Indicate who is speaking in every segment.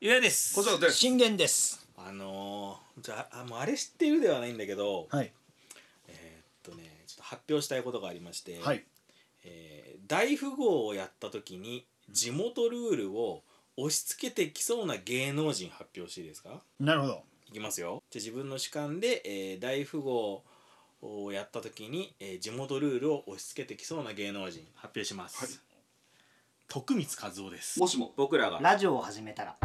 Speaker 1: ゆうやです
Speaker 2: こちらです
Speaker 3: 信玄です
Speaker 1: あのー、じゃああもうあれ知ってるではないんだけど、
Speaker 3: はい
Speaker 1: えーっとねちょっと発表したいことがありまして、
Speaker 3: はい
Speaker 1: えー大富豪をやった時に地元ルールを押し付けてきそうな芸能人発表していいですか
Speaker 3: なるほど
Speaker 1: いきますよじゃあ自分の主観で、えー大富豪をやった時に、えー地元ルールを押し付けてきそうな芸能人発表します、
Speaker 2: はい
Speaker 1: 徳光和夫です
Speaker 2: もしも
Speaker 1: 僕らが
Speaker 4: ラジオを始めたら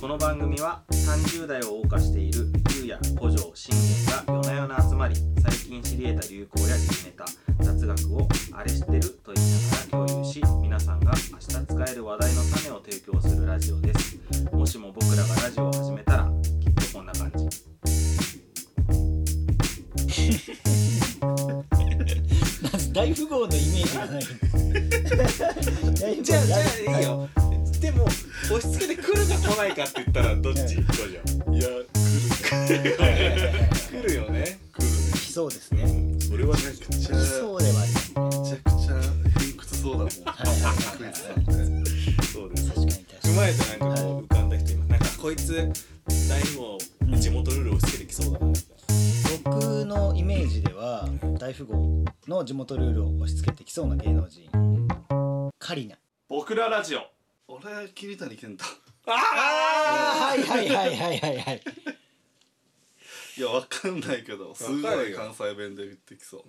Speaker 1: この番組は30代を謳歌しているゆうや古城信玄が夜な夜な集まり最近知り得た流行や時事ネタ雑学をあれ知ってると言いながら共有し皆さんが明日使える話題の種を提供するラジオですもしも僕らがラジオを始めたらきっとこんな感じ
Speaker 3: 大富豪のイメージがない大富豪
Speaker 1: じゃあじゃあいいよでも押し付けて来るか来ないかって言ったらどっち
Speaker 3: ち
Speaker 1: 古
Speaker 2: いや来る
Speaker 1: 城来るよね
Speaker 2: 来るね
Speaker 3: 来そうですね
Speaker 2: それはめちゃくちゃ
Speaker 3: 来そうではありますね
Speaker 2: めちゃくちゃ偏屈そうだもんクイズなんて
Speaker 1: そうです
Speaker 3: 確かに確か
Speaker 1: 踏
Speaker 3: に
Speaker 1: まえてなんかこう浮かんだ人いますなんかこいつ大富豪地元ルールをつけてきそうだなみたい
Speaker 3: 僕のイメージでは大富豪の地元ルールを押し付けてきそうな芸能人カリナ
Speaker 5: 僕らラジオ
Speaker 2: 俺桐谷健太
Speaker 1: なあ
Speaker 3: はいはいはいはいはいはい
Speaker 2: いやわかんないけどすご
Speaker 1: わかる
Speaker 2: い
Speaker 1: よ
Speaker 2: 関西弁で言ってきそう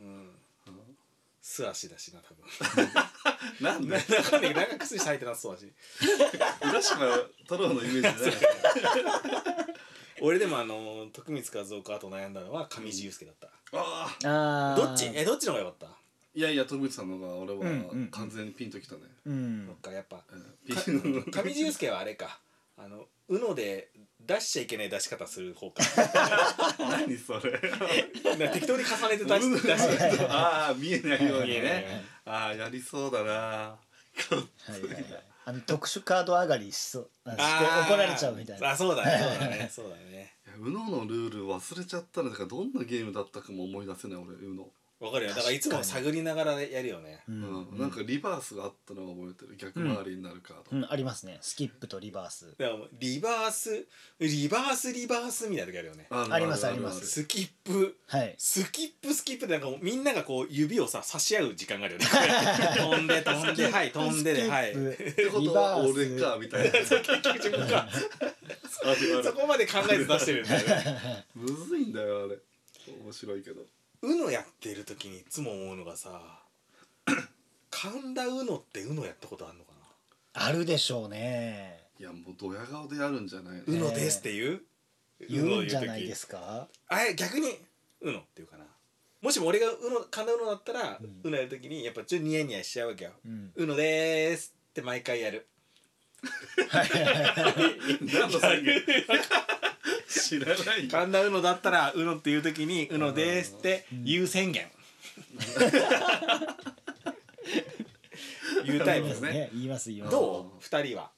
Speaker 1: 素足だしな多分
Speaker 2: なんで
Speaker 1: 中に長くすり咲いてなそうだし
Speaker 2: 浦島太郎のイメージじゃない
Speaker 1: 俺でもあの徳光和夫かと悩んだのは上地雄介だっ
Speaker 2: ああ
Speaker 3: あ
Speaker 1: た
Speaker 3: ー
Speaker 1: どっちえどっちの方が良かった
Speaker 2: いやいや徳光さんのが俺
Speaker 3: うんうんう
Speaker 2: は
Speaker 3: ん
Speaker 2: 完全にピンときたね
Speaker 3: う
Speaker 1: そっ
Speaker 3: ん
Speaker 1: かやっぱ
Speaker 2: ピン
Speaker 1: 上地雄介はあれかあの UNO で出しちゃいけない出し方する方か
Speaker 2: 何そ れ
Speaker 1: なんか適当に重ねて出し出し
Speaker 2: ああ見えないよ
Speaker 1: 見えない
Speaker 2: うに
Speaker 1: ように
Speaker 2: ねああやりそうだな
Speaker 3: はいはいはいあの特殊カード上がりしそうあして
Speaker 1: あー
Speaker 3: 怒られちゃうみたいな
Speaker 1: あそうだねそうだねそうだね
Speaker 2: いやウノのルール忘れちゃったねだからどんなゲームだったかも思い出せない俺ウノ、
Speaker 1: わかるよだからいつも探りながらやるよね
Speaker 3: う
Speaker 2: うん
Speaker 3: ん、
Speaker 2: なんかリバースがあったのは覚えてる逆回りになるカード、
Speaker 3: うん、ありますねスキップとリバース
Speaker 1: でもリバースリバースリバースみたいな時あるよね
Speaker 2: ある
Speaker 3: あります
Speaker 2: るる
Speaker 3: あります
Speaker 1: スキップ
Speaker 3: はい
Speaker 1: スキップスキップでなんかもうみんながこう指をさ差し合う時間があ るよね飛んで飛んではい飛んでではい
Speaker 3: スキッ
Speaker 2: って
Speaker 3: プ
Speaker 2: こ
Speaker 3: リ
Speaker 2: と
Speaker 3: バ
Speaker 2: は
Speaker 3: ース
Speaker 2: 俺かみたいな
Speaker 1: 結局か
Speaker 2: あるある
Speaker 1: そこまで考えて出してるんだよね
Speaker 2: むずいんだよあれ面白いけど
Speaker 1: UNO やってる時にいつも思うのが さ神田 UNO って UNO やったことあるのか
Speaker 3: あるでしょうね
Speaker 2: いやもうドヤ顔でやるんじゃないの
Speaker 1: な
Speaker 3: ね
Speaker 1: UNO ですって言う
Speaker 3: 言
Speaker 1: UNO
Speaker 3: うんじゃないですか
Speaker 1: あれ逆に UNO っていうかなもしも俺が UNO 神田 UNO だったら、
Speaker 3: ん
Speaker 1: UNO やる時にやっぱちょっとニヤニヤしちゃうわけよ
Speaker 3: う
Speaker 1: 「
Speaker 3: ん
Speaker 1: UNO でーす」って毎回やる
Speaker 2: 何の宣言知らない
Speaker 1: 神
Speaker 2: よ
Speaker 1: 田 UNO だったら UNO っていう時に「UNO でーす」って言う宣言言うタイプで
Speaker 3: 言いますす
Speaker 1: ね
Speaker 3: ね言います言います
Speaker 1: どう二人は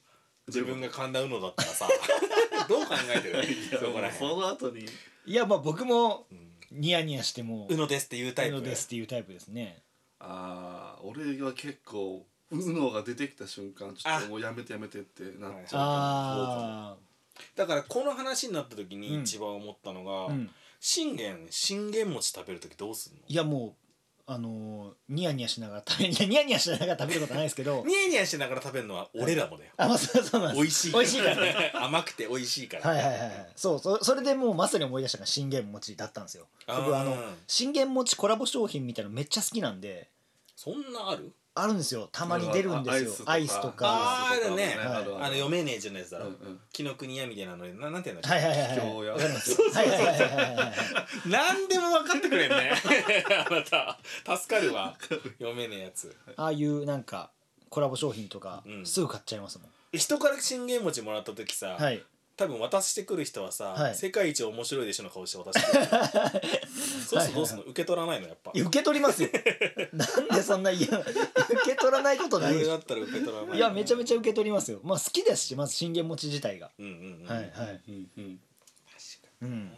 Speaker 1: 自分が神田 UNO だったら さどう考えてる
Speaker 2: いや
Speaker 1: そこら
Speaker 2: そ
Speaker 1: 辺
Speaker 2: の後に
Speaker 3: いやまあ僕もニヤニヤしても
Speaker 1: UNO ですって言うタイプ
Speaker 3: うのですっていうタイプですね
Speaker 2: ああ俺は結構ウノが出てきた瞬間ちょっ
Speaker 1: あ
Speaker 2: ともうやめてやめてってなっちゃうから
Speaker 3: あ
Speaker 1: だからこの話になった時に一番思ったのが、
Speaker 3: あうん
Speaker 1: 信玄信玄餅食べる時どうすんの
Speaker 3: いやもうあのーニヤニヤしながら食べ いやニヤニヤしながら食べることはないです けど
Speaker 1: ニヤニヤしながら食べるのは俺らもだよ
Speaker 3: あまあそうそうなんです
Speaker 1: 美味しい
Speaker 3: 美味しいからね
Speaker 1: 甘くて美味しいから、
Speaker 3: はいはいはいはいそうそそれでもうまさに思い出したのが信玄餅だったんですよ
Speaker 1: あー
Speaker 3: 僕あの信玄餅コラボ商品みたいなのめっちゃ好きなんで
Speaker 1: そんなある
Speaker 3: あるんですよたまに出るんですよアイスとか
Speaker 1: あーあるね
Speaker 3: はい
Speaker 1: あの読めねえじゃないやつだろ、
Speaker 2: うんうん
Speaker 1: 紀ノ国屋みたいなのにななんて言うんだっ
Speaker 3: はいはいはい
Speaker 2: 教
Speaker 3: はい
Speaker 2: 養
Speaker 3: わかりますはいはいはいはいはい
Speaker 1: け、なんでも分かってくれん ねあなた助かるわ読めねえやつ
Speaker 3: ああいうなんかコラボ商品とか
Speaker 1: うん
Speaker 3: すぐ買っちゃいますもん
Speaker 1: 人から信玄餅もらった時さ、
Speaker 3: はい
Speaker 1: 多分渡してくる人はさ、
Speaker 3: はい
Speaker 1: 世界一面白いでしょの顔して渡してくるそうするとどうすんの受け取らないのやっぱ
Speaker 3: いや受け取りますよ なんでそんな嫌な受け取らないことない
Speaker 1: 俺
Speaker 3: でし
Speaker 1: だ
Speaker 3: ょ
Speaker 1: ったら受け取らない
Speaker 3: いやめちゃめちゃ
Speaker 1: ゃ
Speaker 3: 受け取りますよまあ好きですしまず信玄餅自体が、
Speaker 1: うんうんうん、
Speaker 3: はいはい
Speaker 2: うんうん
Speaker 1: 確かに
Speaker 3: うん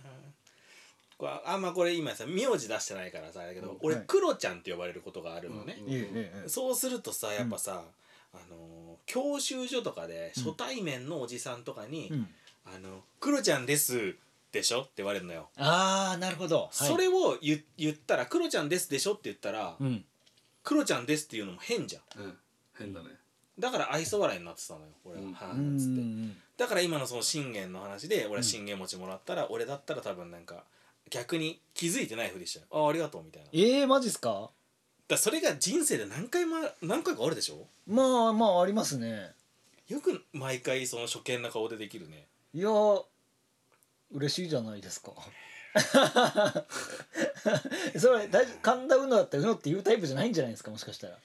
Speaker 1: これあんまこれ今さ名字出してないからさあれだけど、
Speaker 2: うん
Speaker 1: 俺
Speaker 3: はい
Speaker 1: クロちゃんって呼ばれることがあるのね、
Speaker 2: うん
Speaker 3: ええええ
Speaker 1: そうするとさやっぱさ、あのー教習所とかで
Speaker 3: うん
Speaker 1: 初対面のおじさんとかに「
Speaker 3: うん
Speaker 1: あのクロちゃんです」でしょって言われるのよ、
Speaker 3: ああなるほど、はい
Speaker 1: それを言言ったら「クロちゃんです」でしょって言ったら
Speaker 3: うん
Speaker 1: 「クロちゃんです」っていうのも変じゃん
Speaker 2: うん変だね
Speaker 1: だから愛想笑いになってたのよ俺は、
Speaker 2: うん
Speaker 1: は
Speaker 3: う
Speaker 1: あ
Speaker 3: ん
Speaker 1: つ
Speaker 3: う
Speaker 1: って
Speaker 3: ん
Speaker 1: だから今のその信玄の話で
Speaker 3: う
Speaker 1: 俺
Speaker 3: ん
Speaker 1: 信玄餅もらったら、俺だったら多分なんか逆に気づいてないふりしちゃうああありがとうみたいなだか
Speaker 3: ええマジっすから
Speaker 1: それが人生で何回も何回かあるでしょ
Speaker 3: まあまあありますね
Speaker 1: よく毎回その初見な顔でできるね
Speaker 3: いやー嬉しいじゃないで すかそれ大丈夫神田うのだったらうのっていうタイプじゃないんじゃないですかもしかしたら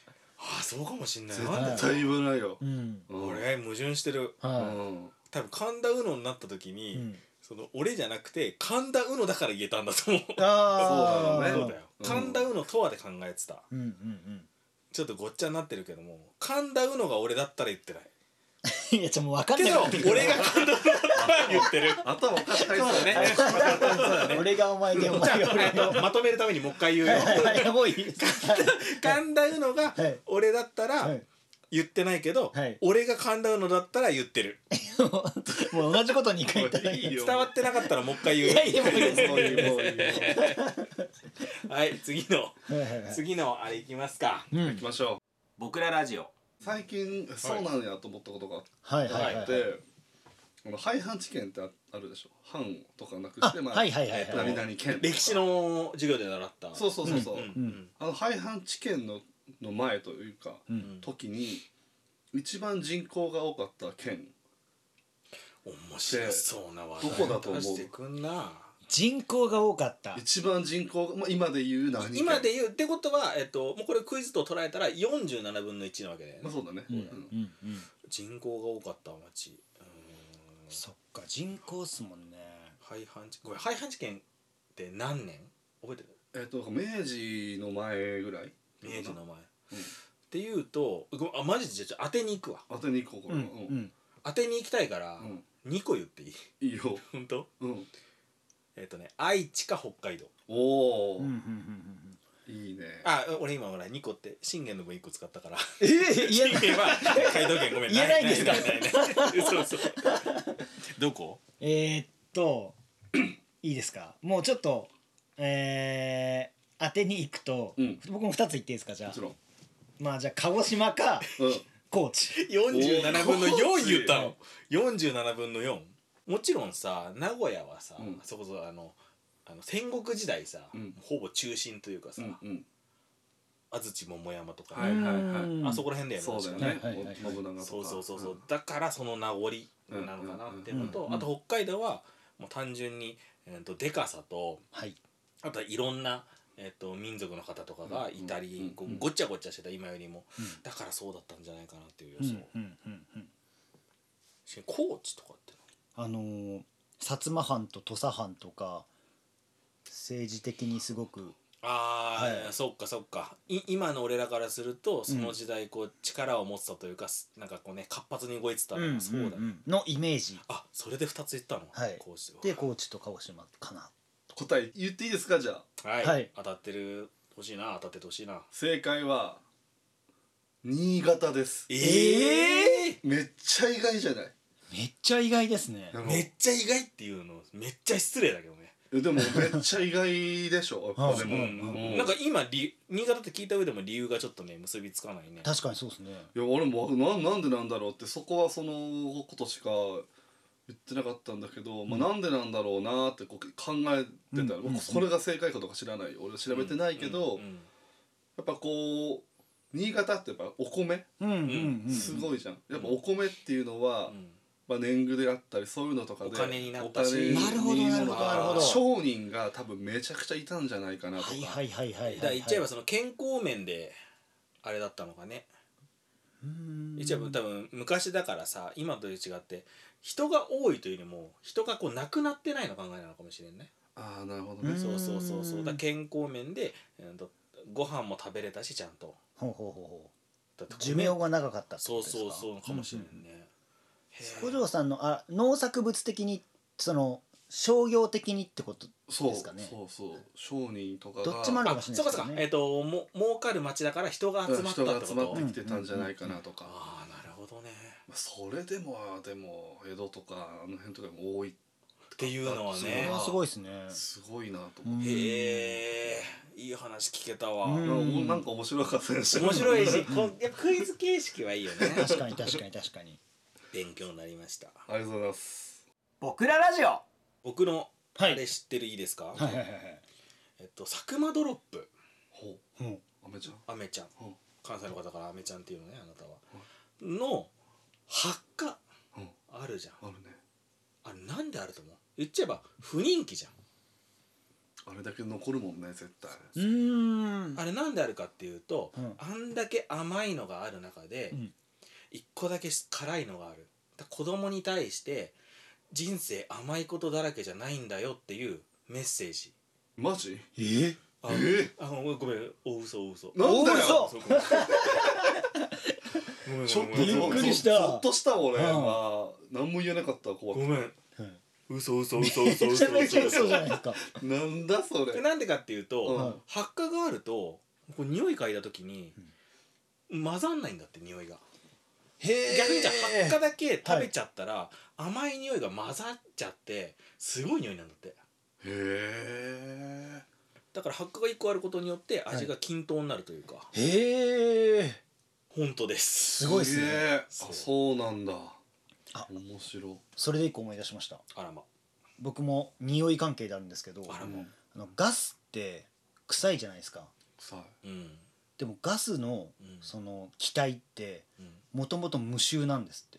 Speaker 1: ああそうかもしんない
Speaker 2: 絶
Speaker 1: なんで
Speaker 2: 対言わないよ
Speaker 3: うん
Speaker 2: うん
Speaker 1: 俺矛盾してる
Speaker 2: う
Speaker 3: は
Speaker 2: ん
Speaker 1: 多分神田うのになった時
Speaker 3: い、
Speaker 1: に、
Speaker 3: うん、
Speaker 1: その俺じゃなくて神田うのだから言えたんだと思う
Speaker 3: ああ
Speaker 2: ー
Speaker 1: そうだよ
Speaker 2: うん
Speaker 1: 神田うのとはで考えてた
Speaker 3: うんうんうん
Speaker 1: ちょっとごっちゃになってるけども神田うのが俺だったら言ってない
Speaker 3: いやちょっともう分かん
Speaker 1: け
Speaker 3: な
Speaker 1: ど
Speaker 3: い
Speaker 1: 俺が神田うのだったら言ってる
Speaker 2: 頭おかしいそうだ
Speaker 1: ね
Speaker 3: 俺がお前でお
Speaker 1: じゃ
Speaker 3: 前が
Speaker 1: あこれあのまとめるためにもう一回言うよ
Speaker 3: やばい
Speaker 1: 神田うのが
Speaker 3: はい
Speaker 1: 俺だった
Speaker 3: は
Speaker 1: ら
Speaker 3: い
Speaker 1: 言ってないけど、
Speaker 3: はい
Speaker 1: 俺が神田うのだったら言ってる
Speaker 3: もう同じこと2回言っただけ
Speaker 2: いいよ
Speaker 1: 伝わってなかったらもう一回
Speaker 3: い
Speaker 1: 言う
Speaker 3: やいやもういいです
Speaker 2: もういいもういいも
Speaker 1: はい次の
Speaker 3: はいはいはい
Speaker 1: 次のあれいきますか
Speaker 3: う
Speaker 2: う行
Speaker 3: ん
Speaker 2: きましょ
Speaker 1: 僕らラジオ
Speaker 2: う最近そうなんやと思ったことがあって
Speaker 3: はいはい
Speaker 2: あ
Speaker 3: は
Speaker 2: っ
Speaker 3: い
Speaker 2: てあの廃藩置県ってああるでしょ藩とかなく
Speaker 3: あ
Speaker 2: してまあ
Speaker 3: はいはいはい
Speaker 1: えっと
Speaker 3: はい
Speaker 2: 何々県
Speaker 1: 歴史の授業で習った
Speaker 2: そうそうそうそううん
Speaker 3: うん
Speaker 2: あの廃藩置県のの前というか
Speaker 3: う
Speaker 1: うんん
Speaker 2: 時に一番人口が多かった県
Speaker 1: 面白そうな話題
Speaker 2: どこだと思う
Speaker 1: 出してくんな
Speaker 3: 人口が多かった
Speaker 2: 一番人口が、まあ、今で言う何県
Speaker 1: 今で言うってことは、えっと、もうこれクイズと捉えたら47分の1なわけで、
Speaker 2: まあそうだね、
Speaker 3: うんう
Speaker 2: うん
Speaker 3: んうん
Speaker 1: 人口が多かった町うーん
Speaker 3: そっか人口っすもんね
Speaker 1: 廃藩置ごめん廃藩置県って何年覚えてる
Speaker 2: えっと明治の前ぐらい
Speaker 1: 明治の前、
Speaker 2: うん
Speaker 1: っていうとごめんあマジでじゃあ当てに行くわ
Speaker 2: 当てに行こうこれはうん
Speaker 3: ん
Speaker 1: 当てに行きたいから、
Speaker 2: うん
Speaker 1: 2個言っていい
Speaker 2: いいよ、
Speaker 1: 本当
Speaker 2: うん、
Speaker 1: えっ、とね愛知か北海道
Speaker 2: おお、
Speaker 3: うんうんうんうん
Speaker 2: いいね
Speaker 1: あ俺今ほら2個って信玄の分1個使ったから
Speaker 3: ええ
Speaker 1: 信
Speaker 3: 言えない
Speaker 1: 玄は北海道圏ごめん
Speaker 3: 言えないんですか
Speaker 1: ないないないないそうそうどこ
Speaker 3: えー、っと いいですかもうちょっとえー、当てに行くと、
Speaker 2: うん
Speaker 3: 僕も2つ言っていいですかじゃ
Speaker 2: も
Speaker 3: あ
Speaker 2: ちろん、
Speaker 3: まあじゃあ鹿児島か
Speaker 2: うん、
Speaker 3: 高知
Speaker 1: 47分の
Speaker 2: お
Speaker 1: 4
Speaker 2: ー
Speaker 1: 言ったの47分の4もちろんさ名古屋はさ、
Speaker 2: うん
Speaker 1: そこそこあのあの戦国時代さ、
Speaker 2: うん
Speaker 1: ほぼ中心というかさ、
Speaker 2: うんうん
Speaker 1: 安土桃山とか、
Speaker 2: はいはいはい
Speaker 1: あそこら辺だよね
Speaker 2: そうだよ
Speaker 1: 確か
Speaker 2: ね、
Speaker 3: はいはいはい
Speaker 2: 信長とか
Speaker 1: そうそうそうそう、だからその名残なのかなっていうのと、
Speaker 3: うんうん
Speaker 1: あと北海道はもう単純に、えー、とでかさと
Speaker 3: はい
Speaker 1: あとはいろんな、えー、と民族の方とかがいたり、
Speaker 2: うんうん
Speaker 1: こうごっちゃごっちゃしてた今よりも、
Speaker 3: うん
Speaker 1: だからそうだったんじゃないかなっていう
Speaker 3: う
Speaker 1: 予想、
Speaker 3: んうんうんうん
Speaker 1: し高知とかって
Speaker 3: あのー、薩摩藩と土佐藩とか政治的にすごく
Speaker 1: ああ、
Speaker 3: はい
Speaker 1: そっかそっかい今の俺らからするとその時代こう力を持ってたというか、すなんかこうね活発に動いてたのがそうだね、
Speaker 3: のイメージ
Speaker 1: あそれで2つ言ったの、
Speaker 3: はい
Speaker 1: こうして
Speaker 3: で高知と鹿児島かな
Speaker 2: 答え言っていいですかじゃあ
Speaker 1: はい、
Speaker 3: はい
Speaker 1: 当たってるほしいな当たっててほしいな
Speaker 2: 正解は新潟です
Speaker 1: ええ
Speaker 2: めっちゃ意外じゃない
Speaker 3: めっちゃ意外ですね
Speaker 2: あの
Speaker 1: めっちゃ意外っていうのめっちゃ失礼だけどね、
Speaker 2: えでもめっちゃ意外でしょ
Speaker 3: あ
Speaker 2: でも、
Speaker 3: うん
Speaker 2: うん
Speaker 1: なんか今理新潟って聞いた上でも理由がちょっとね結びつかないね
Speaker 3: 確かにそうですね
Speaker 2: いや俺もなんなんでなんだろうってそこはそのことしか言ってなかったんだけど、まあ、なんでなんだろうなってこう考えてたら、
Speaker 3: うん
Speaker 2: 僕これが正解かとか知らないよ俺は調べてないけど、
Speaker 1: うん
Speaker 2: や
Speaker 1: うん
Speaker 2: っぱこう新潟ってやっぱお米
Speaker 3: うんうんうん
Speaker 2: す
Speaker 3: い
Speaker 2: ごいじゃん、やっぱお米っていうのは、
Speaker 1: うん
Speaker 2: まあ、年貢であったりそういうのとかで
Speaker 1: お金になったし
Speaker 2: お金に
Speaker 1: な
Speaker 3: るほどなるほど
Speaker 1: なるほど
Speaker 2: 商人が多分めちゃくちゃいたんじゃないかなとか、
Speaker 3: はいはいはいはい
Speaker 1: だから言っちゃえば
Speaker 3: す
Speaker 1: その健康面であれだったのかね言っちゃえば多分昔だからさ今と違って人が多いというよりも人がこう亡くなってないの考えなのかもしれんね
Speaker 2: ああなるほど
Speaker 3: う
Speaker 2: ね
Speaker 3: ん、
Speaker 1: そうそうそうそうだ
Speaker 3: うん
Speaker 1: から健康面で、えーとご飯も食べれたしちゃんと
Speaker 3: ほうほうほうほ
Speaker 1: だって
Speaker 3: う寿命が長かったって
Speaker 1: そ
Speaker 3: こ
Speaker 1: う
Speaker 3: とですか
Speaker 1: そうそうかもしれんね、へー
Speaker 3: 五条さんのあ農作物的にその商業的にってこと
Speaker 2: そう
Speaker 3: ですかね
Speaker 2: そうそう商人とかが
Speaker 3: どっちもあるかもしれない
Speaker 1: そうか
Speaker 3: です
Speaker 1: そう
Speaker 3: よ
Speaker 1: か
Speaker 3: ね
Speaker 1: えっ、とも儲かる町だから人が集まった
Speaker 2: 人
Speaker 1: って
Speaker 2: が
Speaker 1: こと、
Speaker 2: 集まって
Speaker 1: あ
Speaker 2: きてたんじゃないかなとか、
Speaker 1: あーなるほどね
Speaker 2: まあそれでもでも江戸とかあの辺とかも多い
Speaker 1: っていうのは
Speaker 2: そ
Speaker 1: ね
Speaker 2: れ
Speaker 3: あーすごいですね
Speaker 2: すごいなと思って、
Speaker 1: へえいい話聞けたわ、
Speaker 3: うん
Speaker 2: なんかなんか面白かったです
Speaker 1: 面白いしこんやっぱクイズ形式はいいよね
Speaker 3: 確かに確かに確かに
Speaker 1: 勉強になりました
Speaker 2: ありがとうございます
Speaker 3: 僕らラジオは
Speaker 1: 僕のあ
Speaker 3: はい
Speaker 1: れ知ってるいいですか、
Speaker 3: いはいはいはい
Speaker 1: えっと佐久間ドロップ
Speaker 2: ほう
Speaker 3: うん
Speaker 2: あめちゃん
Speaker 1: アメちゃん
Speaker 2: ほ
Speaker 1: 関西の方だからアメちゃんっていうのねあなたは
Speaker 2: は
Speaker 1: の発火
Speaker 2: う、うん、
Speaker 1: あるじゃん
Speaker 2: あるね
Speaker 1: あれなんであると思う言っちゃえば不人気じゃん
Speaker 2: あれだけ残るもんね絶対
Speaker 3: うーん
Speaker 1: あれなんであるかっていうと、
Speaker 3: うん
Speaker 1: あんだけ甘いのがある中で
Speaker 3: うん
Speaker 1: 一個だけ辛いのがあるだから子供に対して人生甘いことだらけじゃないんだよっていうメッセージ
Speaker 2: マジ
Speaker 3: え
Speaker 1: あ
Speaker 2: え
Speaker 1: あごめんごめん大嘘大嘘
Speaker 2: なんだよ
Speaker 3: 嘘
Speaker 1: そうごめんごめん
Speaker 2: ちょっ
Speaker 1: ご
Speaker 2: と
Speaker 1: めん
Speaker 3: びっくりし
Speaker 2: ゾ
Speaker 3: た
Speaker 2: ゾッとした俺、
Speaker 3: うん
Speaker 2: まあ何も言えなかった怖
Speaker 1: ご
Speaker 2: く
Speaker 1: めん
Speaker 3: うん
Speaker 1: 嘘嘘嘘嘘
Speaker 3: め
Speaker 1: 嘘
Speaker 3: ちゃめちゃ
Speaker 1: 嘘
Speaker 3: 嘘じゃないですか
Speaker 2: なんだそれ
Speaker 1: でなんでかっていう
Speaker 2: う
Speaker 1: と
Speaker 2: ん
Speaker 1: 発火があるとこう匂い嗅いだ時に混ざんないんだって匂いが
Speaker 3: へ
Speaker 1: 逆にじゃあ発火だけ食べちゃったら甘い匂いが混ざっちゃってすごい匂いなんだって
Speaker 2: へえ
Speaker 1: だから発火が1個あることによって味が均等になるというか
Speaker 3: へえ
Speaker 1: 本当です
Speaker 3: すごいっすね
Speaker 2: あ
Speaker 1: そう
Speaker 2: そうなんだ
Speaker 3: あ
Speaker 2: 面白い
Speaker 3: それで一個思い出しました
Speaker 1: あらま
Speaker 3: 僕も匂い関係であるんですけど
Speaker 1: あら
Speaker 3: あ
Speaker 1: ま
Speaker 3: のガスって臭いじゃないですか
Speaker 2: 臭い
Speaker 1: うん
Speaker 3: でもガスの
Speaker 1: うん
Speaker 3: その気体って
Speaker 1: うん
Speaker 3: もともと無臭なんですって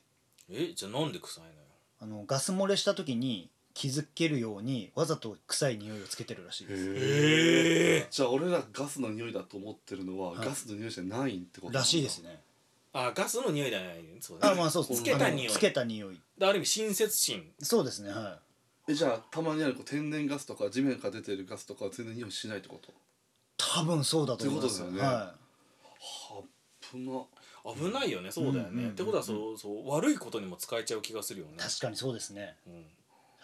Speaker 1: えじゃあなんで臭いのよ
Speaker 3: あのガス漏れした時に気づけるようにわざと臭い匂いをつけてるらしいです
Speaker 1: へえ
Speaker 2: じゃあ俺らガスの匂いだと思ってるのは、
Speaker 3: はい
Speaker 2: ガスの匂いじゃないんってことなんだ
Speaker 3: らしいですね
Speaker 1: あガスの匂いじゃないそうだ
Speaker 3: あ
Speaker 1: ね
Speaker 3: まあそうです
Speaker 1: つけた匂い
Speaker 3: あのつけた匂い
Speaker 1: である意味親切心
Speaker 3: そうですねは
Speaker 2: えじゃあたまにあるこう天然ガスとか地面から出てるガスとかは全然匂いしないってこと
Speaker 3: い多分そうだと思います
Speaker 2: ってことだよね
Speaker 3: は
Speaker 2: はっぷな
Speaker 1: 危ないよねそうだよね、
Speaker 3: うんうんうんうん
Speaker 1: ってことはそうそう悪いことにも使えちゃう気がするよね
Speaker 3: い、確かにそうですね
Speaker 1: うん、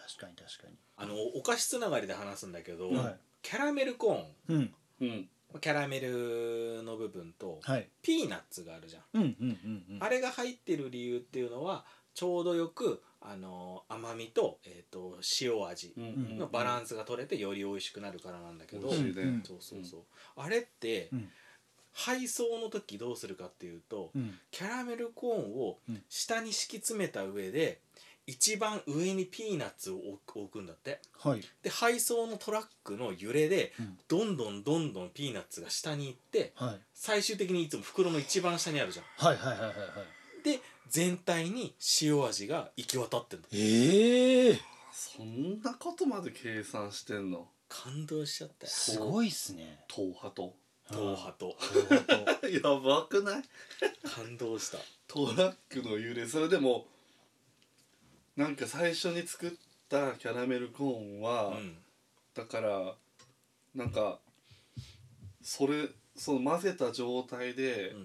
Speaker 3: 確かに確かに
Speaker 1: あのお菓子つながりで話すんだけど、
Speaker 3: はい
Speaker 1: キャラメルコーン
Speaker 2: う
Speaker 3: うん
Speaker 2: ん
Speaker 1: キャラメルの部分と
Speaker 3: はい
Speaker 1: ピーナッツがあるじゃん、
Speaker 3: うんうんうんうん
Speaker 1: あれが入ってる理由っていうのはちょうどよくあの甘みと,、えー、と塩味
Speaker 2: うん
Speaker 3: うん
Speaker 1: のバラ
Speaker 2: ン
Speaker 1: ンスが取れてより美味しくなるからなんだけど、
Speaker 2: 美味しいね、
Speaker 3: うん
Speaker 1: そうそうそう、あれって、
Speaker 3: うん
Speaker 1: 配送の時どうするかっていうと、
Speaker 3: うん
Speaker 1: キャラメルコーンを
Speaker 3: うん
Speaker 1: 下に敷き詰めた上で一番上にピーナッツを置く置くんだって
Speaker 3: はい
Speaker 1: で配送のトラックの揺れで
Speaker 3: うん
Speaker 1: どんどんどんどんピーナッツが下に行って
Speaker 3: はい
Speaker 1: 最終的にいつも袋の一番下にあるじゃん
Speaker 3: はいはいはいはいはい
Speaker 1: で全体に塩味が行き渡ってんだ
Speaker 3: ええ
Speaker 2: そんなことまで計算してんの
Speaker 1: 感動しちゃったよ
Speaker 3: すごいっすね
Speaker 2: 党派と
Speaker 1: 党派と
Speaker 2: やばくない
Speaker 1: 感動した
Speaker 2: トラックの揺れそれでもなんか最初に作ったキャラメルコーンは、
Speaker 1: うん
Speaker 2: だからなんかそれその混ぜた状態で、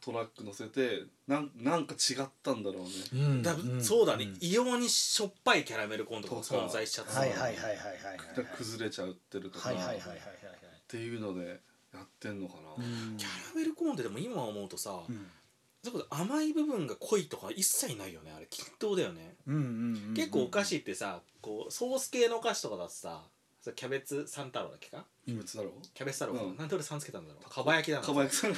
Speaker 2: トラック乗せてなんなんか違ったんだろうね
Speaker 1: うんだそうだね異様にしょっぱいキャラメルコーンとか
Speaker 2: とか
Speaker 1: 存在しちゃってた
Speaker 3: はいはいはいはいはいはい
Speaker 2: だから崩れちゃってるとか、
Speaker 3: はいはいはいは
Speaker 2: っ
Speaker 3: いはい
Speaker 2: ていうのでやってんのかな、
Speaker 1: キャラメルコーンってでも今思うとさ、
Speaker 3: うん
Speaker 1: それこそ甘い部分が濃いとか一切ないよねあれ均等だよね、
Speaker 3: うんうんうん
Speaker 1: 結構お菓子ってさこうソース系のお菓子とかだとさそれキャベツ三太郎だっけか
Speaker 2: 鬼滅だろ
Speaker 1: キャベツ太郎か、
Speaker 2: うん
Speaker 1: なんで俺さんつけたんだろうかば焼きだ
Speaker 2: か
Speaker 1: な
Speaker 2: ば焼きさ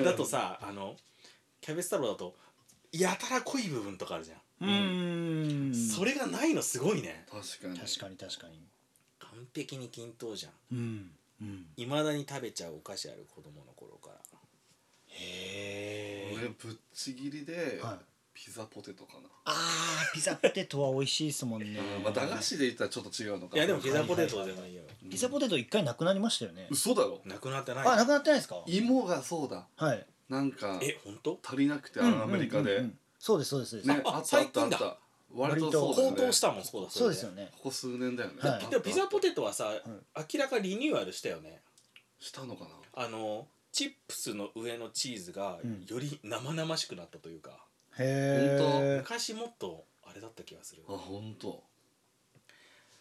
Speaker 2: ん
Speaker 1: だとさあのキャベツ太郎だとやたら濃い部分とかあるじゃん、
Speaker 3: うん
Speaker 1: それがないのすごいね
Speaker 2: 確かに
Speaker 3: 確かに確かに
Speaker 1: 完璧に均等じゃん
Speaker 3: うんうん
Speaker 1: いまだに食べちゃうお菓子ある子供の頃から
Speaker 3: へ
Speaker 2: 俺
Speaker 3: え
Speaker 2: ぶっちぎりで、
Speaker 3: はい
Speaker 2: ピザポテトかな、
Speaker 3: あーピザポテトは美味しいですもんね
Speaker 2: まあ駄菓子で言ったらちょっと違うのか
Speaker 1: いやでも
Speaker 2: はい
Speaker 1: ピザポテトでもいいよ、
Speaker 2: うん
Speaker 3: ピザポテト一回なくなりましたよね
Speaker 2: 嘘だろ
Speaker 1: なくなってない
Speaker 3: あなくなってないですか
Speaker 2: 芋がそうだ
Speaker 3: はい
Speaker 2: なんか
Speaker 1: え本当
Speaker 2: 足りなくてあ
Speaker 3: うんうん
Speaker 2: のアメリカで、
Speaker 3: うんうんそうですそうですそうです
Speaker 2: ね
Speaker 1: あ
Speaker 2: あったあっ
Speaker 1: 最
Speaker 2: たあ
Speaker 1: 近
Speaker 2: っ
Speaker 1: だ
Speaker 2: た割とそうだよ
Speaker 1: 高
Speaker 2: ね
Speaker 1: 騰したもんそうだ
Speaker 3: そう
Speaker 1: れ
Speaker 3: ですよね
Speaker 2: ここ数年だよね、
Speaker 3: はい
Speaker 2: あった
Speaker 1: でもピザポテトはさ、
Speaker 3: ん
Speaker 1: 明らかリニューアルしたよね
Speaker 2: したのかな
Speaker 1: あのチップスの上のチーズが
Speaker 3: うん
Speaker 1: より生々しくなったというか、
Speaker 3: へえ
Speaker 1: 昔もっとああれだった気がする
Speaker 2: あ本当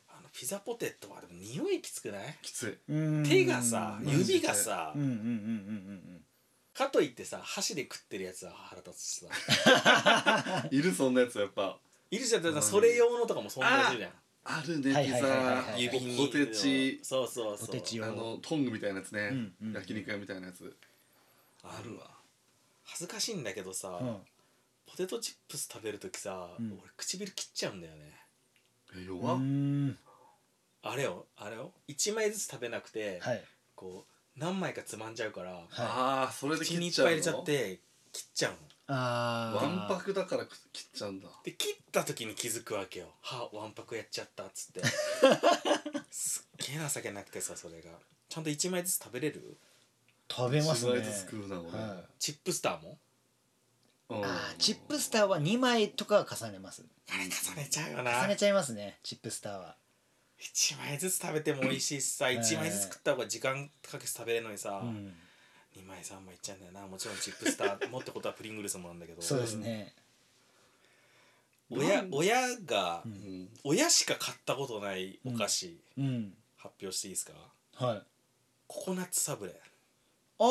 Speaker 1: あのピザポテトはでも匂いきつくない
Speaker 2: きつい
Speaker 3: うん
Speaker 1: 手がさ
Speaker 2: うん
Speaker 1: 指がさ
Speaker 3: うんうんうんうんうん
Speaker 1: かといってさ箸で食ってるやつは腹立つしさ
Speaker 2: いるそんなやつやっぱ
Speaker 1: いるじゃんだからそれ用のとかも存在するじゃん
Speaker 2: あるね
Speaker 3: はい
Speaker 2: ピ
Speaker 3: はいはいはい
Speaker 2: ザ
Speaker 3: はい
Speaker 1: 指に
Speaker 2: ポテチ
Speaker 1: そうそうそう
Speaker 3: ポテチ
Speaker 2: あ
Speaker 3: 用
Speaker 2: のトングみたいなやつね、
Speaker 3: うんうん
Speaker 2: 焼肉屋みたいなやつ
Speaker 1: あるわ恥ずかしいんだけどさ、
Speaker 3: うん
Speaker 1: ポテトチップス食べる時さ、
Speaker 3: うん
Speaker 1: 俺唇切っちゃうんだよね
Speaker 2: え
Speaker 3: う
Speaker 2: 弱っ、
Speaker 3: ーん
Speaker 1: あれよあれよ1枚ずつ食べなくて、
Speaker 3: はい
Speaker 1: こう何枚かつまんじゃうから
Speaker 3: はい
Speaker 2: ああそれで
Speaker 1: 口
Speaker 2: 切
Speaker 1: にい
Speaker 2: っ
Speaker 1: っ
Speaker 2: ちゃう
Speaker 1: ぱ
Speaker 2: の
Speaker 1: い入れちゃって切っちゃうの
Speaker 3: あ
Speaker 2: わ
Speaker 3: ー
Speaker 2: んぱくだから切っちゃうんだ
Speaker 1: で切った時に気づくわけよ「はわんぱくやっちゃった」っつってすっげえ情けなくてさそれがちゃんと1枚ずつ食べれる
Speaker 3: 食べますね
Speaker 2: 一枚ずつ食うな俺、
Speaker 3: はい
Speaker 1: チップスターも
Speaker 2: うん
Speaker 3: あーチップスターは2枚とかは重ねます
Speaker 1: あれ重ねちゃうよ
Speaker 3: 重
Speaker 1: な
Speaker 3: ねちゃいますねチップスターは
Speaker 1: 1枚ずつ食べても美味しいしさ
Speaker 3: えー
Speaker 1: 1枚ずつ食った方が時間かけて食べれるのにさ、
Speaker 3: うん
Speaker 1: 2枚3枚いっちゃうんだよなもちろんチップスターもってことはプリングルスもなんだけど
Speaker 3: そうですね
Speaker 1: 親親が、
Speaker 3: うん
Speaker 2: うん
Speaker 1: 親しか買ったことないお菓子、
Speaker 3: うん
Speaker 1: 発表していいですか
Speaker 3: はい
Speaker 1: ココナッツサブレ
Speaker 3: あ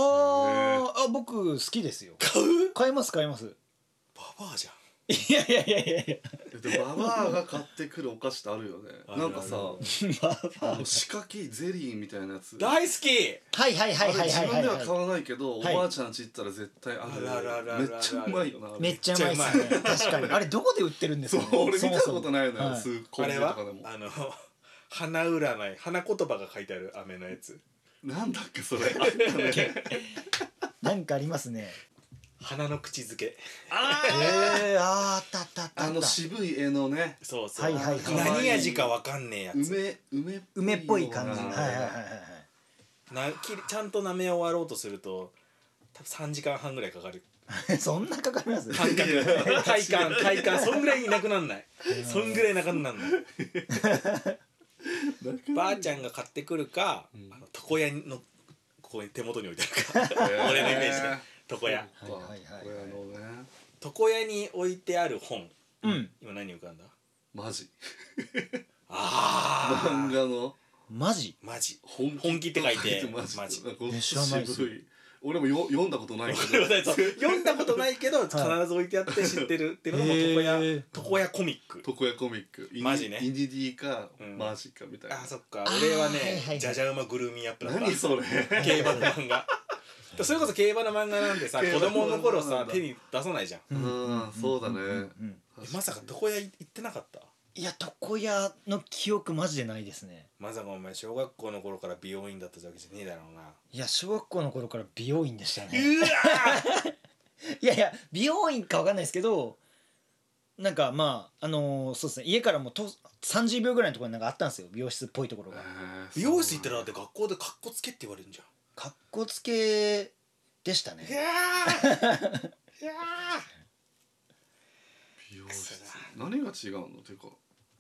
Speaker 3: ーあ僕好きですよ
Speaker 1: 買う
Speaker 3: 買います買います
Speaker 1: ババアじゃん
Speaker 3: いやいやいやいやいや
Speaker 2: えでもババアが買ってくるお菓子ってあるよね
Speaker 1: あるある
Speaker 2: なんかさ
Speaker 3: まあ
Speaker 2: あの仕掛けゼリーみたいなやつ
Speaker 1: 大好き
Speaker 3: はいはいはいは
Speaker 2: あれ
Speaker 3: いはい
Speaker 2: 自分では
Speaker 3: は
Speaker 2: 買わないけど、
Speaker 3: はい
Speaker 2: おばあちゃん家行ったら絶対ある
Speaker 1: あるあるあるある
Speaker 2: めっちゃうまいよない
Speaker 3: めっちゃうまいです
Speaker 1: めっちゃ
Speaker 3: ね確かにあれどこで売ってるんです
Speaker 2: そう
Speaker 3: かね
Speaker 2: 俺見たことないのよ、
Speaker 3: そもそ
Speaker 2: ス
Speaker 3: も
Speaker 2: ーコ
Speaker 1: あ
Speaker 2: ンビ
Speaker 1: れ
Speaker 2: ニと
Speaker 1: は
Speaker 2: かでも
Speaker 1: あの 花占い花言葉が書いてある飴のやつ
Speaker 2: なんだっけそ れあったね
Speaker 3: なんかありま すね
Speaker 1: 花の口づけ
Speaker 3: えー、あーあったあったあった
Speaker 2: あ
Speaker 3: あっ
Speaker 2: の
Speaker 3: た
Speaker 2: 渋い絵のね
Speaker 1: そうそう、
Speaker 3: はいはいはい
Speaker 1: 何味かわかんねえやつ
Speaker 2: 梅梅っ
Speaker 3: 梅っぽい感じ
Speaker 2: よう
Speaker 3: はい
Speaker 2: な
Speaker 3: はいはいはい
Speaker 1: なきちゃんと舐め終わろうとすると多分3時間半ぐらいかかる
Speaker 3: はいそんなかかります
Speaker 1: 感覚体感 体感そんぐらいになくなんないそんぐらいなくなんないばあちゃんが買ってくるか、
Speaker 2: ん
Speaker 1: あの床屋のここに手元に置いてあ るか俺のイメージで床屋
Speaker 2: そうか
Speaker 3: はいはいはい
Speaker 2: これあのね
Speaker 1: 床屋に置いてある本
Speaker 3: うん
Speaker 1: 今何浮かんだ
Speaker 2: マジ
Speaker 1: あ
Speaker 2: 漫画の
Speaker 3: マジ
Speaker 1: マジ
Speaker 2: 本
Speaker 1: 本気って書いて
Speaker 2: マジ
Speaker 1: マジ
Speaker 2: なんか
Speaker 3: え知らないです
Speaker 2: 渋い俺もよ読ん だことないけ
Speaker 1: これ
Speaker 2: ど
Speaker 1: はねそう読んだことないけど必ず置いてあって知ってるっていうのがもう床
Speaker 3: へ
Speaker 1: 屋
Speaker 3: ー
Speaker 1: 床屋コミック
Speaker 2: 床屋コミックイニ
Speaker 1: マジね
Speaker 2: イニディか、
Speaker 1: うん
Speaker 2: マジかみたいな
Speaker 1: あそっか俺は
Speaker 3: あーはいはいは
Speaker 1: ね
Speaker 3: い
Speaker 1: じゃじゃ馬グルーミーアップだった
Speaker 2: 何それ
Speaker 1: 競馬の漫画それこそ競馬の漫画なんでさ
Speaker 2: 競
Speaker 1: 子
Speaker 2: 馬の漫画
Speaker 1: 供の頃
Speaker 2: な
Speaker 1: さ
Speaker 2: んだ
Speaker 1: 手に出さないじゃん
Speaker 2: うんそうだね
Speaker 3: うん
Speaker 1: えまさか床屋行ってなかった
Speaker 3: いや床屋の記憶マジでないですね
Speaker 1: まさかお前小学校の頃から美容院だったわけじゃねえだろうない
Speaker 3: や小学校の頃から美容院でしたね
Speaker 1: うわ
Speaker 3: いやいや美容院かわかんないですけどなんかまああのーそうですね家からもと30秒ぐらいのところになんかあったんですよ美容室っぽいところが
Speaker 1: 美容室行ったらだ
Speaker 2: ら
Speaker 1: って学校でカッコつけって言われるんじゃん
Speaker 3: かっこつけでした
Speaker 1: い
Speaker 3: ね
Speaker 1: やー いや
Speaker 2: 美容室何が違うのてか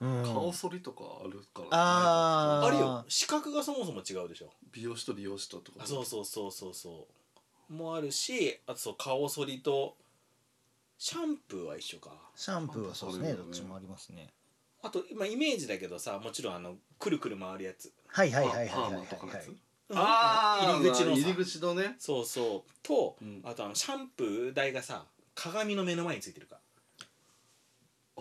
Speaker 3: うん
Speaker 2: 顔剃りとかあるから、
Speaker 1: ー
Speaker 3: あー
Speaker 1: あれよ資格がそもそも違うでしょ
Speaker 2: 美容師と理容師とってこと
Speaker 1: あそうそうそうそうそうもあるしあとそう顔剃りとシャンプーは一緒か
Speaker 3: シャンプーはそうですね
Speaker 2: あ
Speaker 3: どっちもありますね
Speaker 1: あと今イメージだけどさもちろんあのくるくる回るやつ
Speaker 3: はいはい
Speaker 2: パ
Speaker 3: はいはい
Speaker 2: パ
Speaker 3: はい
Speaker 2: ー
Speaker 3: は
Speaker 2: マとかの
Speaker 3: い
Speaker 2: や
Speaker 3: は
Speaker 1: あ入り
Speaker 2: つ
Speaker 3: い
Speaker 1: 口のさ
Speaker 2: 入り口のね
Speaker 1: そうそうと、
Speaker 2: うん
Speaker 1: あとあのシャンプー台がさ鏡の目の前についてるから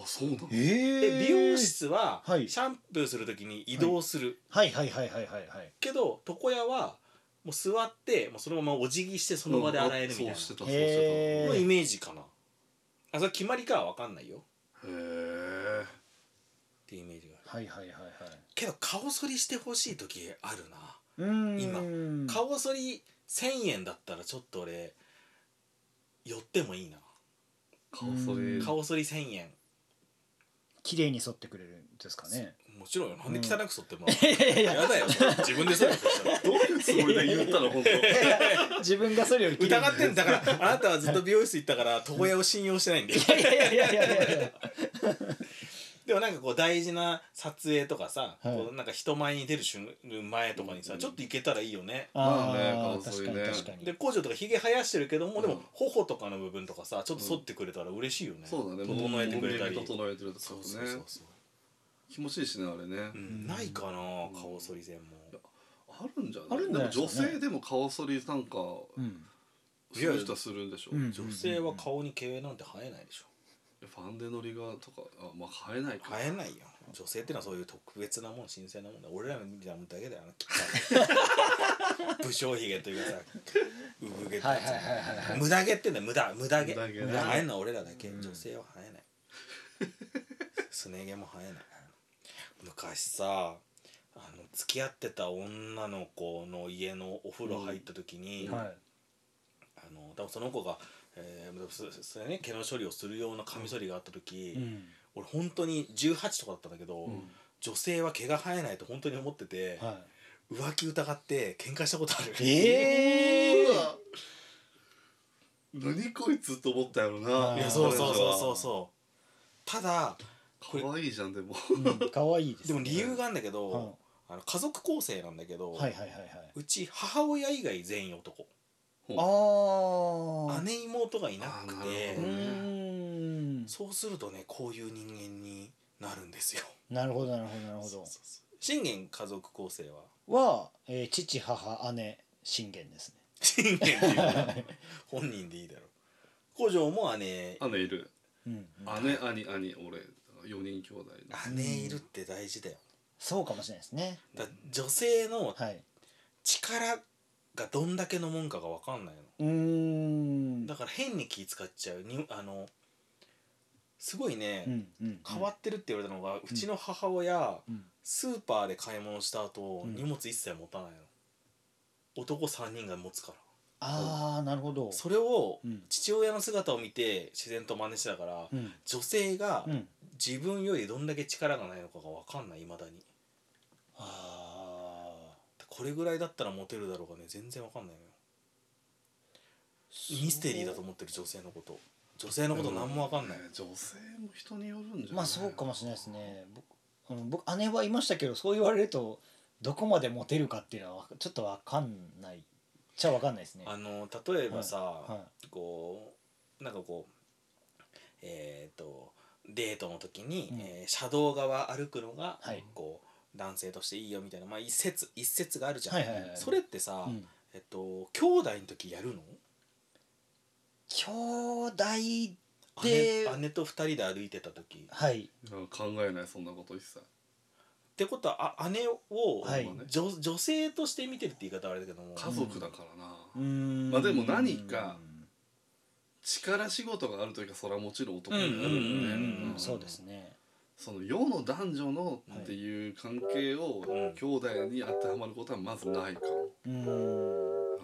Speaker 2: あそうなの
Speaker 1: で
Speaker 3: え
Speaker 1: 美容室はシ
Speaker 3: はい
Speaker 1: ャンプーする時に移動する、
Speaker 3: はいはいはいはいはいはい
Speaker 1: けど床屋はもう座ってもうそのままお辞儀してその場で洗えるみたいな、
Speaker 2: そうしてたそうして
Speaker 3: へ
Speaker 1: の
Speaker 3: ー
Speaker 1: イメージかなあそれ決まりかは分かんないよった
Speaker 2: へえ
Speaker 1: ていうイメージがある
Speaker 3: はいはいはいはい
Speaker 1: けど顔剃りしてほしい時あるな、
Speaker 3: うーん
Speaker 1: 顔剃り1,000円だったらちょっと俺寄ってもいいな、
Speaker 2: 顔剃
Speaker 3: う
Speaker 2: り
Speaker 3: ん
Speaker 1: 顔剃り1,000円
Speaker 3: 綺麗に剃ってくれるんですかね
Speaker 1: もちろんよなんで汚く剃ってもらう、
Speaker 3: いやいや
Speaker 1: やだよ 自分で剃るよそしたら
Speaker 2: どういうつもりで言ったの本
Speaker 3: 自分が剃るより綺麗に
Speaker 1: 疑ってんだからあなたはずっと美容室行ったから床屋を信用してないんで
Speaker 3: いやいやいやいやいやいや
Speaker 1: でもなんかこう大事な撮影とかさ、
Speaker 3: はい
Speaker 1: こうなんか人前に出る瞬前とかにさ、
Speaker 2: うん
Speaker 1: ちょっといけたらいいよね。
Speaker 2: まあね
Speaker 3: あー
Speaker 2: 顔
Speaker 3: 確
Speaker 2: そ
Speaker 3: か
Speaker 2: う
Speaker 3: に
Speaker 2: いうね
Speaker 3: 確かに
Speaker 1: で工場とかひげ生やしてるけども、で
Speaker 2: うん
Speaker 1: も頬とかの部分とかさちょっと剃ってくれたら嬉しいよね、
Speaker 2: そうだね
Speaker 1: 整えてくれたり
Speaker 2: もう整えてるとか
Speaker 1: そ
Speaker 2: ね
Speaker 1: うそうそうそう、
Speaker 2: 気持ちいいしねあれね、
Speaker 1: うん、ないかな顔剃り線も、
Speaker 2: あるんじゃない
Speaker 3: あるんじゃない
Speaker 2: でも女性でも顔剃りなんか
Speaker 3: うん
Speaker 2: する人はするんでしょ、
Speaker 3: うん
Speaker 1: 女性は顔に毛なんて生えないでしょ
Speaker 2: ファンデ塗りがとかあまあ生えないか
Speaker 1: 生えないよ女性ってのはそういう特別なもん神聖なもんだ俺らみたいなもんだけだよなきっと武将ひげというかさ産毛ってやつ
Speaker 3: はいはいはいはい
Speaker 1: 無駄毛ってんだよ無駄無駄毛
Speaker 2: 無駄毛ね
Speaker 1: 生えんのは俺らだけ、
Speaker 3: うん
Speaker 1: 女性は生えないすね毛も生えない昔さあの付き合ってた女の子の家のお風呂入った時に、
Speaker 3: はい
Speaker 1: あの多分その子が、えーそそそれね、毛の処理をするようなカミソリがあった時、
Speaker 3: うん
Speaker 1: 俺本当に18とかだったんだけど、
Speaker 2: ん
Speaker 1: 女性は毛が生えないと本当に思ってて、
Speaker 3: は
Speaker 1: 浮気疑って喧嘩したことある
Speaker 3: いえ
Speaker 2: う
Speaker 3: ー
Speaker 2: わ何こいつと思ったやろ
Speaker 3: あ
Speaker 2: な
Speaker 1: やそうそうそう
Speaker 2: う
Speaker 1: そうそうただ
Speaker 2: 可愛いじゃんでも
Speaker 3: うん可愛いです
Speaker 1: で
Speaker 3: ね
Speaker 1: も理由があるんだけど、
Speaker 3: うん
Speaker 1: あの家族構成なんだけど、
Speaker 3: はいはいはいは
Speaker 1: うち母親以外全員男
Speaker 3: いああ
Speaker 1: 姉妹がいなく
Speaker 2: あーな
Speaker 1: て
Speaker 2: る
Speaker 3: う
Speaker 2: ほど
Speaker 3: ーん
Speaker 1: そうするとねこういう人間になるんですよ
Speaker 3: なるほどなるほどなるほ
Speaker 1: そう
Speaker 3: ど
Speaker 1: そうそう信玄家族構成は
Speaker 3: は、えー、父母姉信玄ですね
Speaker 1: 信玄っていうのは本人でいいだろう五条も姉
Speaker 2: 姉いる
Speaker 3: うん
Speaker 2: 姉兄兄俺四人兄弟
Speaker 1: 姉いるって大事だよ
Speaker 3: そうかもしれないですね
Speaker 1: だ女性の
Speaker 3: はい
Speaker 1: 力がどんだけのもんかが分かんないの
Speaker 3: うーん
Speaker 1: だから変に気使っちゃうにあのすごいね、
Speaker 3: うんうん
Speaker 1: 変わってるって言われたのが、うちの母親
Speaker 3: うん
Speaker 1: スーパーで買い物した後、
Speaker 3: うん
Speaker 1: 荷物一切持たないの男3人が持つか
Speaker 3: ああなるほど
Speaker 1: らそれを
Speaker 3: うん
Speaker 1: 父親の姿を見て自然と真似してたから、
Speaker 3: うん
Speaker 1: 女性が
Speaker 3: うん
Speaker 1: 自分よりどんだけ力がないのかが分かんないいまだに
Speaker 3: あ
Speaker 1: これぐらいだったらモテるだろうがね全然分かんないのよミステリーだと思ってる女性のこと女性のこと何も分かんない、
Speaker 2: ね女性も人によるんじゃない
Speaker 3: まあそうかもしれないですね僕うん僕姉はいましたけどそう言われるとどこまでモテるかっていうのはちょっとわかんないっちゃわかんないですね
Speaker 1: あの例えばさ、
Speaker 3: は
Speaker 1: こうなんかこうえっ、とデートの時に、
Speaker 3: うん
Speaker 1: えー車道側歩くのが、
Speaker 3: はい
Speaker 1: こう男性としていいよみたいな、まあ、一説一説があるじゃん、
Speaker 3: はいはいはい
Speaker 1: それってさ、
Speaker 3: い、うん、
Speaker 1: えっと兄弟の時やるの
Speaker 3: 兄弟で
Speaker 1: 姉姉と二人で歩いてた時っ
Speaker 3: はい
Speaker 2: いや考えないそんなこと一切
Speaker 1: てことはあ姉を、
Speaker 3: はい
Speaker 2: まあね
Speaker 1: 女女性として見てるって言い方はあれだけども
Speaker 2: 家族だからな、
Speaker 3: うーん
Speaker 2: まあでも何か力仕事がある時はそれはもちろん男になるよね、
Speaker 1: うんうんん
Speaker 3: うんそうですね
Speaker 2: その世の男女のっていう関係を
Speaker 1: い
Speaker 2: 兄弟に当てはまることはまずないかも、
Speaker 3: うーんう
Speaker 2: うん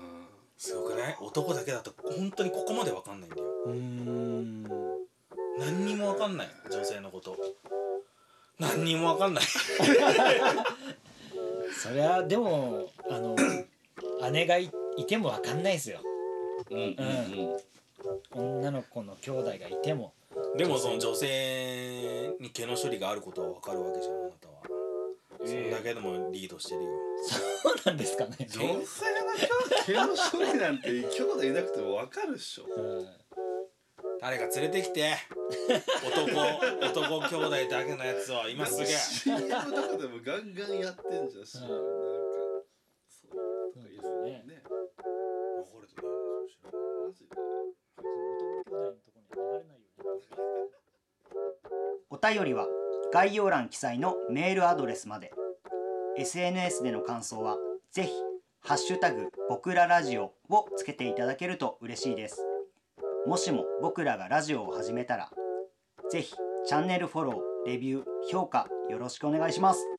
Speaker 1: すごくない男だけだと本当にここまで分かんないんだよ
Speaker 3: ーん
Speaker 1: 何にも分かんない女性のこと何にも分かんない
Speaker 3: そりゃでもあの 姉がいいてもわかんないですよ
Speaker 2: うんうんうん
Speaker 3: 女の子の兄弟がいても
Speaker 1: でもその女性に毛の処理があることは分かるわけじゃんあなたは、そんだけでもリードしてるよ
Speaker 3: そうなんですかね
Speaker 2: 女性の毛の処理なんて兄弟いなくても分かるっしょ
Speaker 3: うん
Speaker 1: 誰か連れてきて男男兄弟だけのやつを今すげ
Speaker 2: CM とかでもガンガンやってんじゃん CM なんかそういうとかいいですねマジで
Speaker 5: お便りは概要欄記載のメールアドレスまで SNS での感想はぜひハッシュタグ僕らラジオをつけていただけると嬉しいですもしも僕らがラジオを始めたらぜひチャンネルフォローレビュー評価よろしくお願いします